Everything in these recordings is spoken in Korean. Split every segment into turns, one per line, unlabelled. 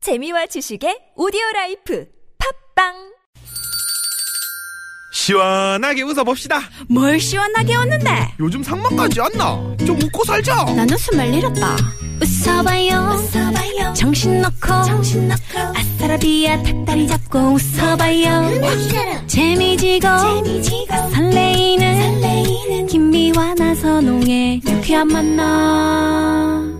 재미와 지식의 오디오 라이프 팝빵
시원하게 웃어봅시다.
뭘 시원하게 웃는데
요즘 상만까지 안 나. 좀 웃고 살자.
난 웃음을 잃었다 웃어봐요, 정신 놓고 아싸라비아 닭다리 잡고 웃어봐요 재미지고, 설레이는, 김미와 나선홍의 유쾌한 만남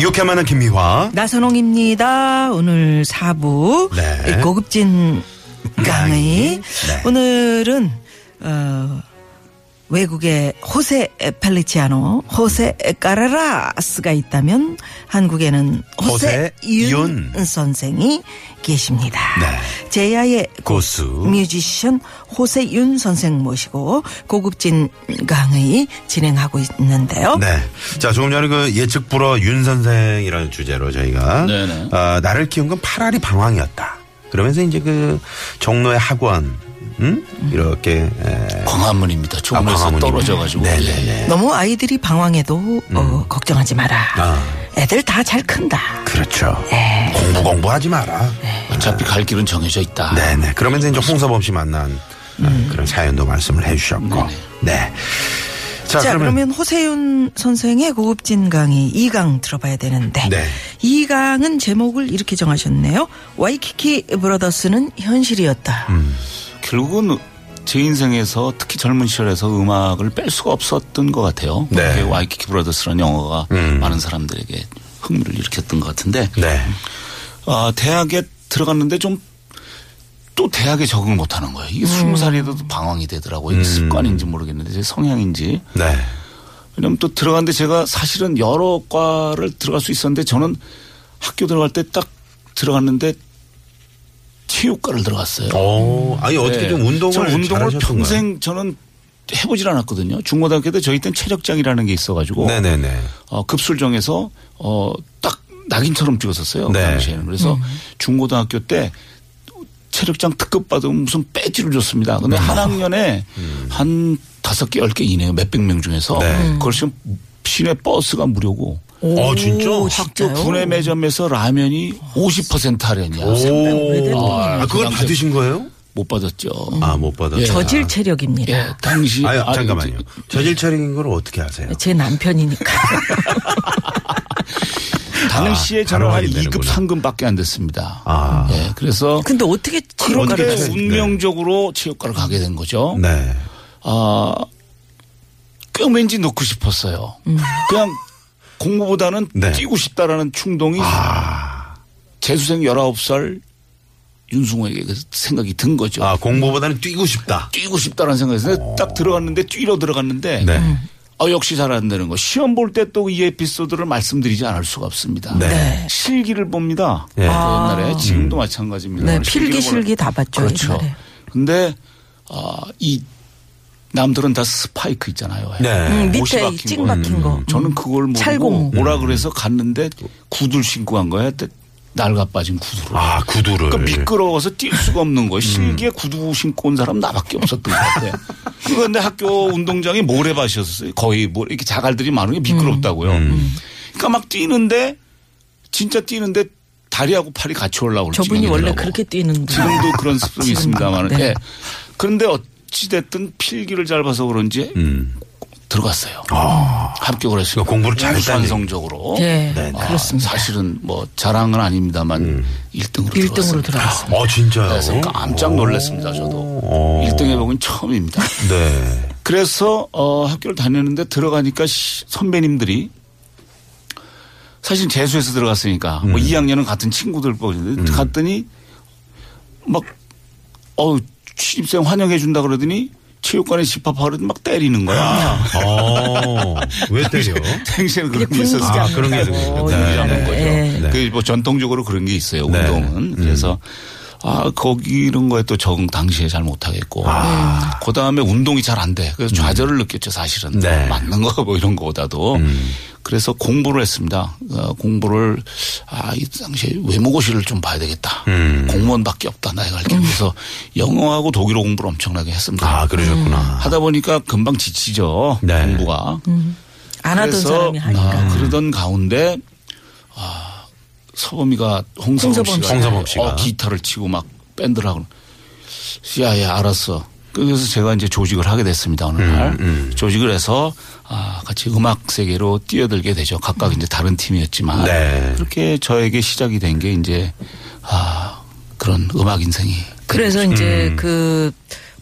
유쾌만한 김미화.
나선홍입니다. 오늘 4부
네.
고급진 강의
강의. 네.
오늘은 어, 외국의 호세 팔리치아노 호세 까라라스가 있다면 한국에는 호세,
호세
윤
윤.
선생이 계십니다.
네.
제야의
고수.
뮤지션 호세 윤 선생 모시고 고급진 강의 진행하고 있는데요.
네. 자, 조금 전에 그 예측 불허 윤 선생이라는 주제로 저희가
네네.
어, 나를 키운 건 파라리 방황이었다. 그러면서 이제 그 종로의 학원 음? 이렇게 에,
광화문입니다.
아,
종로에서
광화문이구나.
떨어져가지고.
네네네.
예, 예.
너무 아이들이 방황해도 어, 걱정하지 마라.
음. 아.
애들 다 잘 큰다.
그렇죠.
네.
공부 공부하지 마라.
어차피 갈 길은 정해져 있다.
네, 네. 그러면서 이제 홍서범 씨 만난 어,
음.
그런 사연도 말씀을 해주셨고, 네. 자,
자,
그러면,
그러면, 호세윤 선생의 고급진 강의 2강 들어봐야 되는데
네.
2강은 제목을 이렇게 정하셨네요. 와이키키 브라더스는 현실이었다.
음. 결국은 제 인생에서 특히 젊은 시절에서 음악을 뺄 수가 없었던 것 같아요.
네. 음.
그 와이키키 브라더스라는 영화가 많은 사람들에게 흥미를 일으켰던 것 같은데
네.
아, 대학에 들어갔는데 좀 또 대학에 적응 못하는 거예요.
음.
이게 스무 살에도 방황이 되더라고요. 이게 습관인지 모르겠는데 제 성향인지.
네.
왜냐면 또 들어갔는데 제가 사실은 여러 과를 들어갈 수 있었는데 저는 학교 들어갈 때 딱 들어갔는데 체육과를 들어갔어요.
오, 아니 어떻게
네.
좀 운동을
저 운동을
잘하셨던가요?
평생 저는 해보질 않았거든요. 중고등학교 때 저희 땐 체력장이라는 게 있어가지고
네네네.
어, 급수를 정해서 어, 딱 낙인처럼 찍었었어요. 그
네.
당시에는. 그래서 중고등학교 때 체력장 특급 받으면 무슨 배지를 줬습니다. 근데
음.
한 학년에 한 다섯 개, 열 개 이내요. 몇백 명 중에서.
네.
그걸 지금 시내 버스가 무료고
어, 진짜?
학교 분해 매점에서 라면이 50% 할인이야.
오,
아,
아, 그걸
그 당시-
받으신 거예요?
못 받았죠.
아, 못 받았죠.
예.
저질 체력입니다.
예, 당시.
아유,
아니, 네,
잠깐만요. 저질 차린 걸 어떻게 아세요?
제 남편이니까.
당시에
아,
저는 한
단호하게
2급,
되는구나.
3급밖에 안 됐습니다.
아.
예, 그래서
근데 어떻게 체력과를
그런데
가르쳐야 돼.
운명적으로 체육과를 가게 된 거죠.
네.
아, 꽤 왠지 넣고 싶었어요.
음.
그냥 공부보다는
네.
뛰고 싶다라는 충동이
아,
재수생 19살 윤승호에게 그 생각이 든 거죠.
아 공부보다는 뛰고 싶다.
뛰고 싶다라는 생각이 들어서 딱 들어갔는데 뛰러 들어갔는데
네.
아, 역시 잘 안 되는 거. 시험 볼 때 또 이 에피소드를 말씀드리지 않을 수가 없습니다.
네.
실기를 봅니다.
예. 음.
그 옛날에 지금도 마찬가지입니다.
아. 네,
실기를
필기 실기 다 봤죠.
그렇죠.
옛날에.
근데 아, 이 남들은 다 스파이크 있잖아요.
네.
음,
옷이
밑에
박힌
찍
거.
박힌 거. 음.
저는 그걸 모르고
찰공.
오라 그래서 갔는데 구두를 신고 간 거예요. 그때 날가 빠진 구두를.
아 구두를.
그러니까 미끄러워서 뛸 수가 없는 거예요. 실기에 구두 신고 온 사람 나밖에 없었던 것 같아요. 그런데 학교 운동장이 모래밭이었어요. 거의 뭐 이렇게 자갈들이 많은 게 미끄럽다고요. 그러니까 막 뛰는데 진짜 뛰는데 다리하고 팔이 같이 올라올
저분이 원래
지경이더라고.
그렇게 뛰는 분.
지금도 그런 습성이
아, 지금
있습니다만.
네.
예. 그런데 어찌됐든 필기를 잘 봐서 그런지 들어갔어요. 합격을
음.
했어요.
그러니까 공부를 잘 했다는
우선성적으로.
예,
네, 네.
아,
그렇습니다.
사실은 뭐 자랑은
음.
아닙니다만 일 1등으로
1등으로 들어갔어요.
어 진짜요?
그래서 깜짝 놀랐습니다, 저도.
오.
일 1등 해보긴 처음입니다.
네.
그래서 어, 학교를 다녔는데 들어가니까 시- 선배님들이 사실 재수해서 들어갔으니까 뭐 2학년은 같은 친구들 뽑는데 갔더니 막 어우 취입생 환영해 준다 그러더니 체육관에 집합하거든 막 때리는 거야.
어. 왜 때려?
생시에는 그런 게
군인이잖아.
있었어요.
아 그런 게 있었군요. 네.
하는 거죠.
네.
그 뭐 전통적으로 그런 게 있어요.
네.
운동은. 그래서 아 거기 이런 거에 또 적응 당시에 잘 못하겠고 그 다음에 운동이 잘 안 돼. 그래서 좌절을 느꼈죠 사실은
아. 음. 네. 음.
맞는 거 뭐 이런 거보다도 그래서 공부를 했습니다. 어, 공부를 아, 이 당시에 외모고시를 좀 봐야 되겠다.
음.
공무원밖에 없다 나이가 할게. 그래서 영어하고 독일어 공부를 엄청나게 했습니다.
아, 그러셨구나.
하다 보니까 금방 지치죠.
네.
공부가.
안 하던
그래서,
사람이 하니까.
아, 그러던 가운데 아, 서범이가 홍서범
홍서범
씨가,
씨. 홍서범 씨가.
어, 기타를 치고 막 밴드를 하고 야야 알았어. 그래서 제가 이제 조직을 하게 됐습니다 어느 날
음,
조직을 해서 아, 같이 음악 세계로 뛰어들게 되죠. 각각 이제 다른 팀이었지만
네.
그렇게 저에게 시작이 된 게 이제 아, 그런 음악 인생이
그래서 이제
음.
그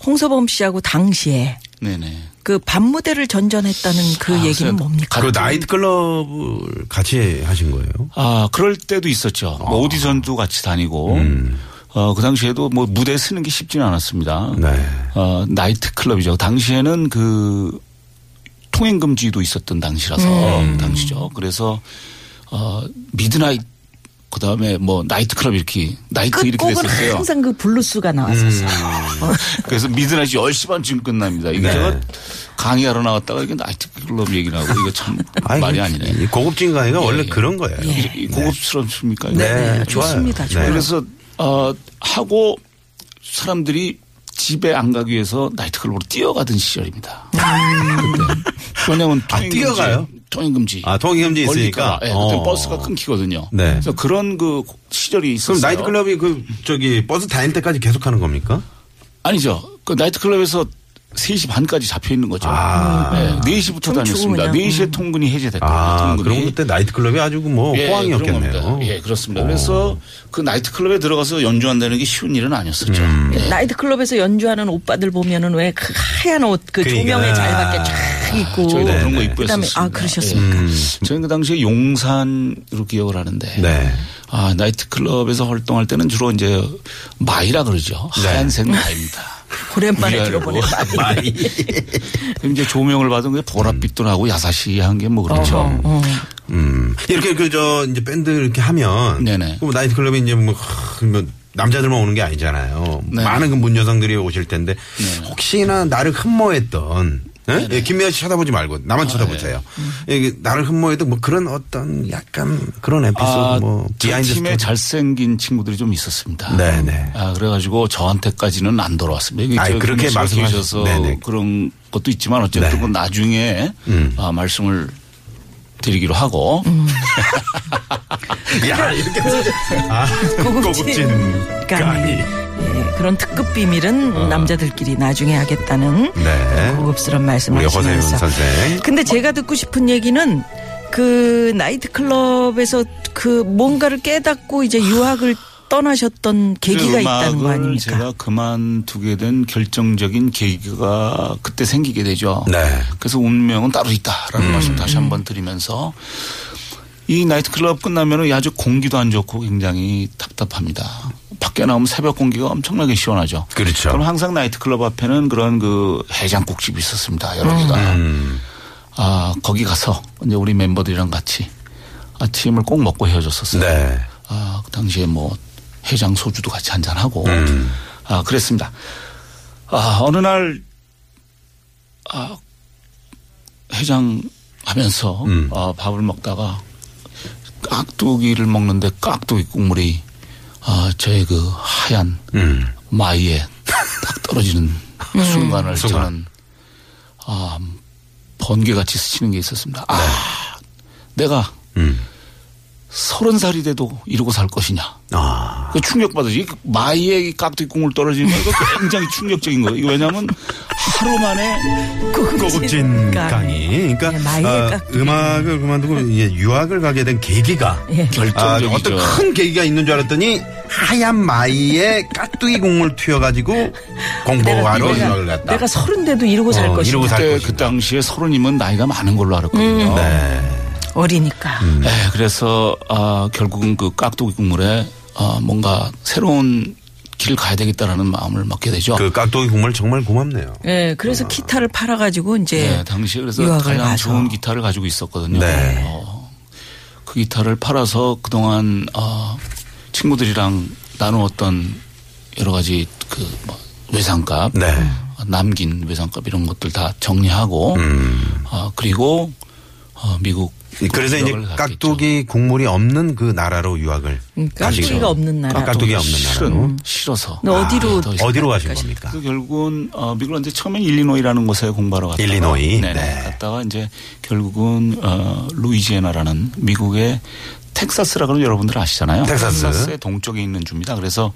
홍서범 씨하고 당시에
네네
그 밤무대를 전전했다는 그
아,
얘기는
그래서
뭡니까?
그 나이트클럽을 같이 하신 거예요?
아, 그럴 때도 있었죠.
아.
뭐 오디션도 같이 다니고,
음.
어, 그 당시에도 뭐 무대 쓰는 게 쉽지는 않았습니다.
네.
어, 나이트클럽이죠. 당시에는 그 통행금지도 있었던 당시라서,
음.
당시죠. 그래서, 어, 미드나잇, 그 다음에 뭐 나이트클럽 이렇게, 나이트 이렇게
끝곡은
됐었어요.
항상 그 블루스가 나왔었어요.
음.
그래서 미드나잇이 10시 반쯤 끝납니다. 이게
네.
제가 강의하러 나왔다가 이게 나이트클럽 얘기를 하고, 이거 참 말이 아니네.
이 고급진 강의가 원래 그런 거예요.
이- 이 고급스럽습니까? 이거?
네,
좋습니다.
좋아요. 네.
그래서 어 하고 사람들이 집에 안 가기 위해서 나이트클럽으로 뛰어가던 시절입니다.
음.
그때. 왜냐면
아, 뛰어가요?
통행금지.
아, 통행금지 있으니까.
걸릴까봐. 예, 그때
어.
버스가 끊기거든요.
네.
그래서 그런 그 시절이
그럼
있었어요.
나이트클럽이 그 저기 버스 다닐 때까지 계속 하는 겁니까?
아니죠. 그 나이트클럽에서 3시 반까지 잡혀 있는 거죠.
아.
네, 4시부터
춤추고
다녔습니다.
그냥. 음.
4시에 통근이 해제됐거든요.
아,
통근이. 예,
그럼 그때 나이트클럽이 아주 뭐
그런
호황이었겠네요. 어.
겁니다. 예, 그렇습니다. 그래서 그 나이트클럽에 들어가서 연주한다는 게 쉬운 일은 아니었었죠.
음.
네.
나이트클럽에서 연주하는 오빠들 보면은 왜 그 하얀 옷 그
그러니까.
조명에 잘 맞게 쫙 입고
저희도
네,
그런 거
네.
입고
그다음에
했었습니다.
아 그러셨습니까?
예. 저희는 그 당시에 용산으로 기억을 하는데
네.
아 나이트클럽에서 활동할 때는 주로 이제 마이라 그러죠.
네.
하얀색 마입니다.
오랜만에
위아래로.
들어보네.
뭐 많이.
그럼 이제 조명을 받은 게 보랏빛도 나고 야사시한 게 뭐
어,
그렇죠.
음. 이렇게 그 저 이제 밴드 이렇게 하면
네네.
그럼 나이트클럽에 이제 뭐, 하, 뭐 남자들만 오는 게 아니잖아요.
네.
많은 그문 여성들이 오실 텐데 혹시나 나를 흠모했던 예? 예, 김미아 씨 쳐다보지 말고 나만 쳐다보세요. 예, 이게 나를 흠모했던 뭐 그런 어떤 약간 그런 에피소드
아,
뭐
저
비하인드
팀에
스토리.
잘생긴 친구들이 좀 있었습니다.
네네.
아, 그래가지고 저한테까지는 안 돌아왔습니다. 이게
아이,
저
그렇게
김
말씀하셨-
말씀하셔서
네네.
그런 것도 있지만 어쨌든
네. 음.
그건 나중에 아, 말씀을 드리기로 하고
음.
야 이렇게 아,
고급진
강의.
강의. 그 예, 그런 특급 비밀은
어.
남자들끼리 나중에 하겠다는
네.
고급스러운 말씀을
우리 허세윤
하시면서.
선생.
근데 제가 듣고 싶은 얘기는 그 나이트클럽에서 그 뭔가를 깨닫고 이제 유학을 떠나셨던
그
계기가 있다는 거
음악을
아닙니까?
제가 그만두게 된 결정적인 계기가 그때 생기게 되죠.
네. 음.
그래서 운명은 따로 있다라는 말씀 다시
음.
한번 드리면서 이 나이트클럽 끝나면은 아주 공기도 안 좋고 굉장히 답답합니다. 밖에 나오면 새벽 공기가 엄청나게 시원하죠.
그렇죠.
그럼 항상 나이트클럽 앞에는 그런 그 해장국집이 있었습니다. 여러 개가.
음.
아, 거기 가서 이제 우리 멤버들이랑 같이 아침을 꼭 먹고 헤어졌었어요.
네.
아, 그 당시에 뭐 해장 소주도 같이 한잔하고 아, 그랬습니다. 아, 어느 날 아, 해장하면서 아, 밥을 먹다가 깍두기를 먹는데 깍두기 국물이 아, 저의 그 하얀
음.
마이에 딱 떨어지는 음. 순간을 저는 아, 번개같이 스치는 게 있었습니다. 아, 내가
음.
서른 살이 돼도 이러고 살 것이냐.
아.
그 충격받으지. 마이에 이 깍두기 국물 떨어지는 거 이거 굉장히 충격적인 거예요. 이거 왜냐하면 하루 만에
고급진 강의. 그러니까
예, 마이의
어,
깍두기.
음악을 그만두고 이제 유학을 가게 된 계기가
예,
아,
결정적이죠.
어떤 큰 계기가 있는 줄 알았더니 하얀 마이에 깍두기 국물 튀어가지고 공부하러
내가,
유학을 갔다.
내가 서른 돼도 이러고 살
어,
것이다.
이러고 살
그때
것이다.
그 당시에 서른이면 나이가 많은 걸로
음,
알았거든요.
네.
어리니까.
음.
네, 그래서 아, 결국은 그 깍두기 국물에 아, 뭔가 새로운 길을 가야 되겠다라는 마음을 먹게 되죠.
그 깍두기 국물 정말 고맙네요.
예, 그래서 기타를 팔아가지고 이제
네, 당시에 그래서
예. 유학을
가장
가서.
좋은 기타를 가지고 있었거든요.
네.
어, 그 기타를 팔아서 그동안 어, 친구들이랑 나누었던 여러 가지 그뭐 외상값,
네. 음.
음.
남긴 외상값 이런 것들 다 정리하고, 어, 그리고 어, 미국.
그래서 이제
유학을 갔겠죠.
깍두기 국물이 없는 그 나라로 유학을
음,
가시죠.
깍두기가 없는 나라로. 음.
아, 깍두기 없는 나라로.
실은 싫어서. 아,
근데 어디로
더
어디로 가신 겁니까?
그 결국은 어, 미국을 이제 처음엔 일리노이라는 곳에 공부하러 갔다가
일리노이,
네네.
네.
갔다가 이제 결국은 어, 루이지애나라는 미국의 텍사스라고는 여러분들 아시잖아요.
텍사스.
의 동쪽에 있는 주입니다. 그래서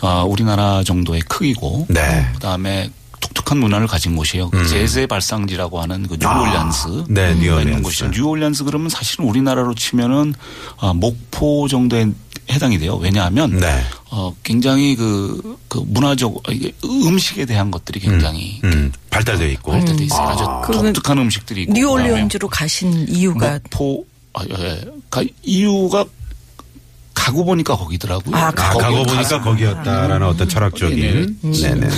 어, 우리나라 정도의 크기고
네.
그다음에 독특한 문화를 가진 곳이에요. 그 재즈의 발상지라고 하는 그 뉴올리안스.
음.
음,
네, 뉴올리안스.
있는 곳이죠. 뉴올리안스 그러면 사실은 우리나라로 치면은 아, 목포 정도에 해당이 돼요. 왜냐하면
네.
어, 굉장히 그, 그 문화적 이게 음식에 대한 것들이 굉장히
음, 발달되어 있고.
발달돼 있어요. 아주
음. 그러면
독특한 음식들이 있고.
뉴올리언즈로 가신
뭐,
이유가
그다음에 목포 아, 예. 가, 이유가 가고 보니까 거기더라고요.
아,
아,
가고
가고 보니까 거기였다라는
음.
어떤 철학적인. 네네네.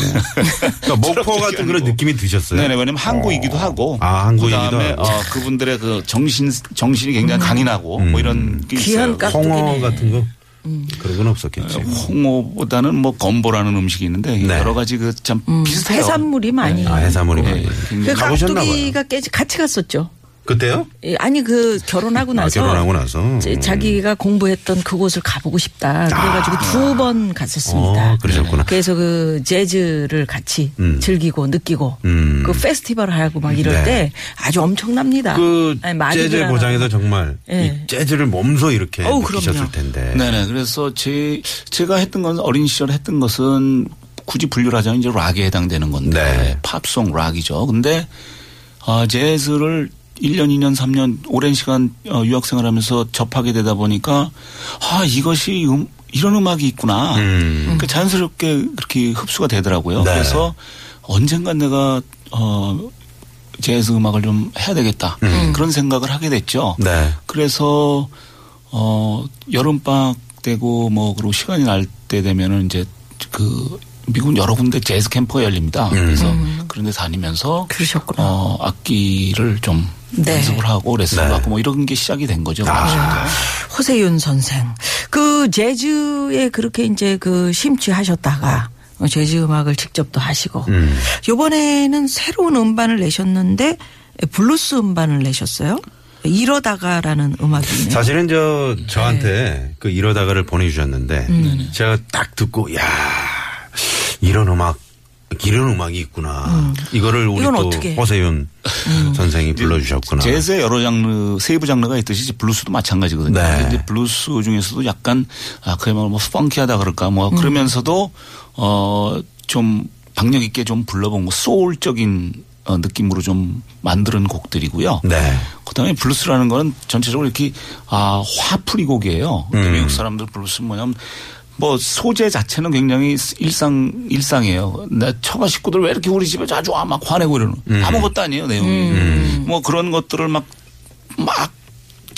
그러니까 목포 같은 그런
아니고.
느낌이 드셨어요.
음. 네네 왜냐면 한국이기도 하고
아, 한국이기도
그다음에
하고. 음.
어, 그분들의 그 정신 정신이 굉장히 강인하고 뭐 이런 게
귀한
있어요.
깍-
홍어 같은 거
음.
그런 건 없었겠지.
네, 홍어보다는 뭐 건보라는 음식이 있는데
네.
여러 가지 그 참 비슷해요.
음, 해산물이 많이.
아 해산물이
네.
많이.
그
가보셨나 봐요.
깍두기가 깨지 같이 갔었죠.
그때요?
예, 아니 그 결혼하고
아,
나서
결혼하고 나서. 음.
제- 자기가 공부했던 그곳을 가보고 싶다. 그래가지고 두 번 갔었습니다.
아. 어, 그러셨구나.
그래서 그 재즈를 같이
음.
즐기고 느끼고
음.
그 페스티벌 하고 막 이럴
네.
때 아주 엄청납니다.
그
아니, 마디그라나-
재즈 고장에서 정말
예.
이 재즈를 몸소 이렇게
어우,
느끼셨을
그럼요.
텐데.
네. 네네. 그래서 제 제가 했던 건 어린 시절 했던 것은 굳이 분류를 하자면 이제 락에 해당되는 건데
네.
팝송 락이죠. 근데 아 재즈를 1년, 2년, 3년 오랜 시간 어, 유학 생활하면서 접하게 되다 보니까 아 이것이 음, 이런 음악이 있구나.
음.
그 자연스럽게 그렇게 흡수가 되더라고요.
네.
그래서 언젠간 내가 어 재즈 음악을 좀 해야 되겠다
음.
그런 생각을 하게 됐죠.
네.
그래서 어 여름 방학 되고 뭐 그리고 시간이 날 때 되면은 이제 그 미국은 여러 군데 재즈 캠프가
음.
열립니다. 그래서 그런 데 다니면서
그러셨구나.
어 악기를 좀
네.
연습을 하고 레슨을
네.
받고 뭐 이런 게 시작이 된 거죠.
아.
호세윤 선생. 그 재즈에 그렇게 이제 그 심취하셨다가 어, 재즈 음악을 직접도 하시고
음.
요번에는 새로운 음반을 내셨는데 블루스 음반을 내셨어요. 이러다가라는 음악이네요.
사실은 저
네.
저한테 그 이러다가를 보내주셨는데
음.
제가 딱 듣고 야 이런 음악 이런 음악이 있구나 이거를 우리
이건
또
어떻게? 음.
호세윤 선생이 불러주셨구나.
재즈의 여러 장르 세부 장르가 있듯이 이제 블루스도 마찬가지거든요.
네.
근데 이제 블루스 중에서도 약간 아 그야말로 뭐 펑키하다 그럴까 뭐 그러면서도 어, 어좀 박력 있게 좀 불러본 거 소울적인 어, 느낌으로 좀 만드는 곡들이고요.
네.
그다음에 블루스라는 거는 전체적으로 이렇게 아 화풀이 곡이에요.
음.
근데 미국 사람들 블루스 는 뭐냐면 뭐 소재 자체는 굉장히 일상 일상이에요. 나 처가 식구들 왜 이렇게 우리 집에 자주 와 막 화내고 이러는
음.
아무것도 아니에요 내용이. 뭐 그런 것들을 막 막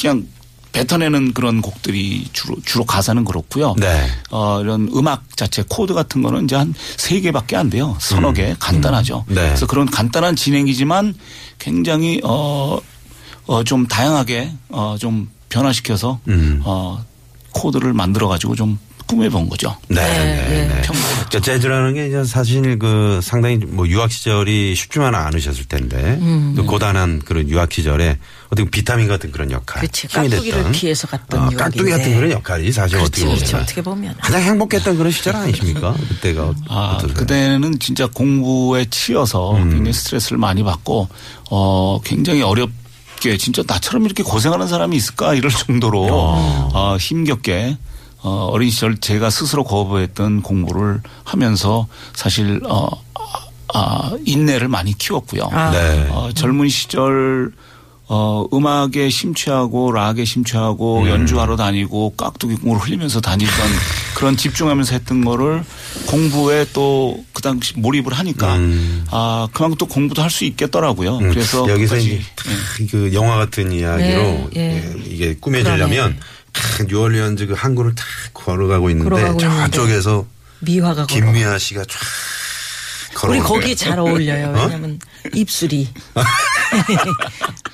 그냥 뱉어내는 그런 곡들이 주로 주로 가사는 그렇고요.
네.
어, 이런 음악 자체 코드 같은 거는 이제 한 세 개밖에 안 돼요. 서너 개 간단하죠.
음. 네.
그래서 그런 간단한 진행이지만 굉장히 어, 어, 좀 다양하게 어, 좀 변화시켜서
음.
어, 코드를 만들어 가지고 좀 꾸며본 거죠.
네, 네, 네.
평범하죠.
저 재즈라는 게 이제 사실 그 상당히 뭐 유학 시절이 쉽지만 은 않으셨을 텐데
음.
또 고단한 그런 유학 시절에 어떻게 보면 비타민 같은 그런 역할,
그치,
힘이
깍두기를
됐던.
피해서 갔던
어, 깍두기
유학인데.
같은 그런 역할이 사실
그렇지,
어떻게 보면
그렇지, 어떻게 보면.
가장 행복했던 그런 시절 아니십니까? 그때가
아,
어떠세요? 음.
그때는 진짜 공부에 치여서 굉장히 스트레스를 많이 받고 어 굉장히 어렵게 진짜 나처럼 이렇게 고생하는 사람이 있을까 이럴 정도로 어, 힘겹게 어, 어린 시절 제가 스스로 거부했던 공부를 하면서 사실 어 아, 인내를 많이 키웠고요.
아.
네.
어, 젊은 시절 어, 음악에 심취하고 락에 심취하고
음.
연주하러 다니고 깍두기 국물 흘리면서 다니던 그런 집중하면서 했던 거를 공부에 또 그 당시 몰입을 하니까 아 그만큼 또 공부도 할 수 있겠더라고요.
음,
그래서 예.
여기서
끝까지. 네.
이제 탁그 영화 같은 이야기로
네, 예.
예, 이게 꾸며지려면 탁 뉴올리언즈 그 항구를 탁 걸어가고 있는데
걸어가고 있는데.
저쪽에서
미화가 걸어.
김미아 씨가 쫙 걸어.
우리 거기 잘 어울려요. 왜냐면 입술이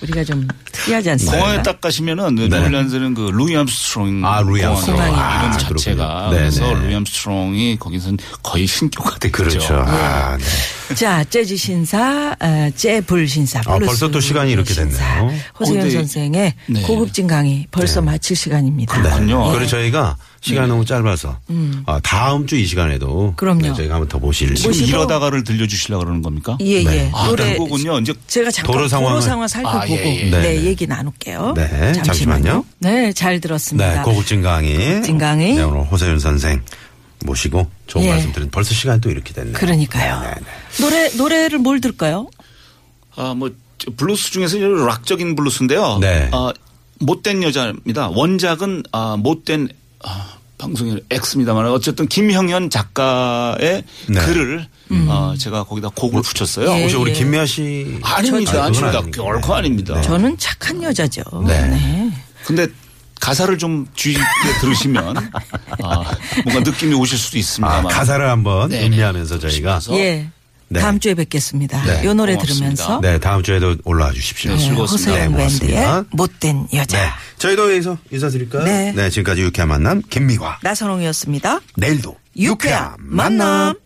우리가 좀 특이하지
네.
않습니까?
공항에 딱 가시면은 뉴올리언즈는 그 루이 암스트롱
아, 루이
공항이에요.
암스트롱.
공항이에요.
아,
이름
그렇군요.
자체가
네네.
그렇죠.
그래서 루이 암스트롱이 거기선 거의 신교가 됐죠.
예.
그렇죠. 아, 네.
자, 재즈 신사, 아, 재불 신사.
아,
블루스
벌써 또 시간이 이렇게 됐네요. 네.
신사. 호세현
어, 근데-
선생의
네.
고급진 강의 벌써 마칠 시간입니다.
그렇군요.
그리고 저희가 시간이 너무 짧아서 아, 다음 주 이 시간에도
네. 그럼요.
네, 저희가 한번 더 보실
지금
모시고-
이러다가를 들려주시려고 그러는 겁니까?
예, 예.
아,
노래
결국은요. 이제
제가 잠깐
네. 도로
도로 상황
상황을-
살펴보고
아, 예, 예.
네,
네네.
얘기 나눌게요.
네, 잠시만요.
네, 잘 들었습니다.
네, 고급진 강의.
고급진 강의.
네, 오늘 호세윤 선생 모시고 좋은
예.
말씀 드린 벌써 시간이 또 이렇게 됐네요.
그러니까요.
네, 네, 네.
노래 노래를 뭘 들까요?
아, 뭐, 저 블루스 중에서 이제 락적인 블루스인데요.
네.
아, 못된 여자입니다. 원작은, 아, 못된, 아, 방송에 X입니다만 어쨌든 김형현 작가의
네. 뭐,
글을 어, 제가 거기다 곡을 붙였어요.
음. 예.
혹시 우리 김미아 씨.
아닙니다.
아, 그건
아닙니다.
아닙니다.
결코 아닙니다.
네. 저는 착한 여자죠.
네.
근데 가사를 좀 주의 깊게 들으시면 아, 뭔가 느낌이 오실 수도
아,
있습니다만.
가사를 한번
네, 네.
음미하면서 저희가.
그래서
예.
네.
다음 주에 뵙겠습니다.
네,
요 노래
어? 고맙습니다.
들으면서
네, 다음 주에도 올라와 주십시오.
네, 즐거웠습니다.
호세현
네,
밴드의
고맙습니다.
못된 여자.
네. 저희도 여기서 인사드릴까요?
네.
지금까지 유쾌한 만남 김미화.
나선홍이었습니다.
내일도
유쾌한 만남.